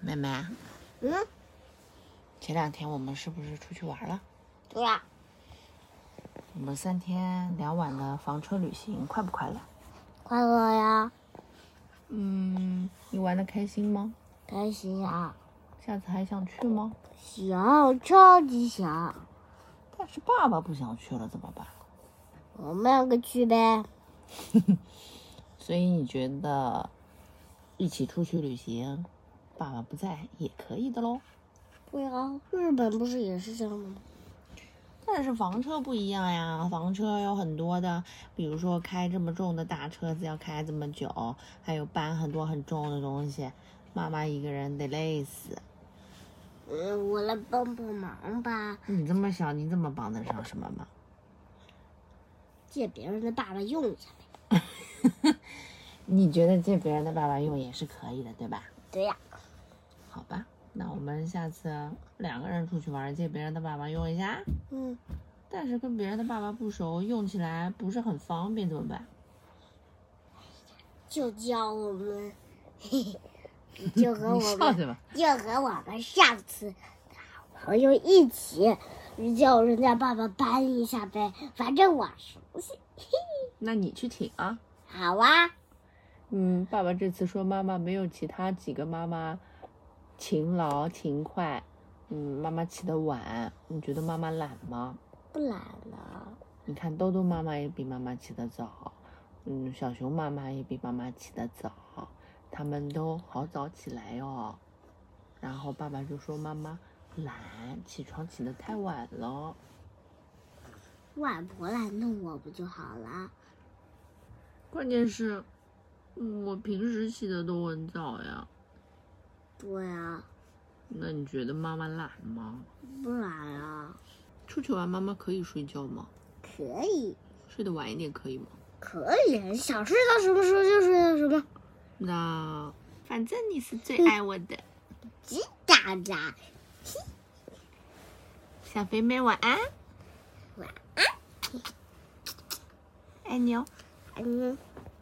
妹妹，嗯，前两天我们是不是出去玩了？对啊呀、我们三天两晚的房车旅行快不快乐？快乐呀，嗯，你玩的开心吗？开心呀，下次还想去吗？想，超级想，但是爸爸不想去了怎么办？我们两个去呗。所以你觉得一起出去旅行，爸爸不在也可以的喽？对啊，日本不是也是这样的吗？但是房车不一样呀，房车有很多的，比如说开这么重的大车子要开这么久，还有搬很多很重的东西，妈妈一个人得累死。嗯，我来帮帮忙吧，你这么小，你怎么帮得上什么忙？借别人的爸爸用一下呗。你觉得借别人的爸爸用也是可以的，对吧？对呀、好吧，那我们下次两个人出去玩，借别人的爸爸用一下。嗯，但是跟别人的爸爸不熟，用起来不是很方便，怎么办？就教我 们，嘿嘿，就和你我笑们，什么？就和我们上次朋友一起，叫人家爸爸搬一下呗，反正我熟悉。那你去挺啊。好啊，嗯，爸爸这次说妈妈没有其他几个妈妈勤劳勤快，嗯，妈妈起得晚，你觉得妈妈懒吗？不懒啊了。你看豆豆妈妈也比妈妈起得早，嗯，小熊妈妈也比妈妈起得早，他们都好早起来哟、然后爸爸就说妈妈懒，起床起得太晚了。外婆来弄我不就好了？关键是，嗯我平时起的都很早呀。对啊，那你觉得妈妈懒吗？不懒啊，出去玩妈妈可以睡觉吗？可以，睡得晚一点可以吗？可以，想睡到什么时候就睡到什么。那嗯反正你是最爱我的，叽喳喳，小肥妹晚安，晚安，爱你哦。嗯。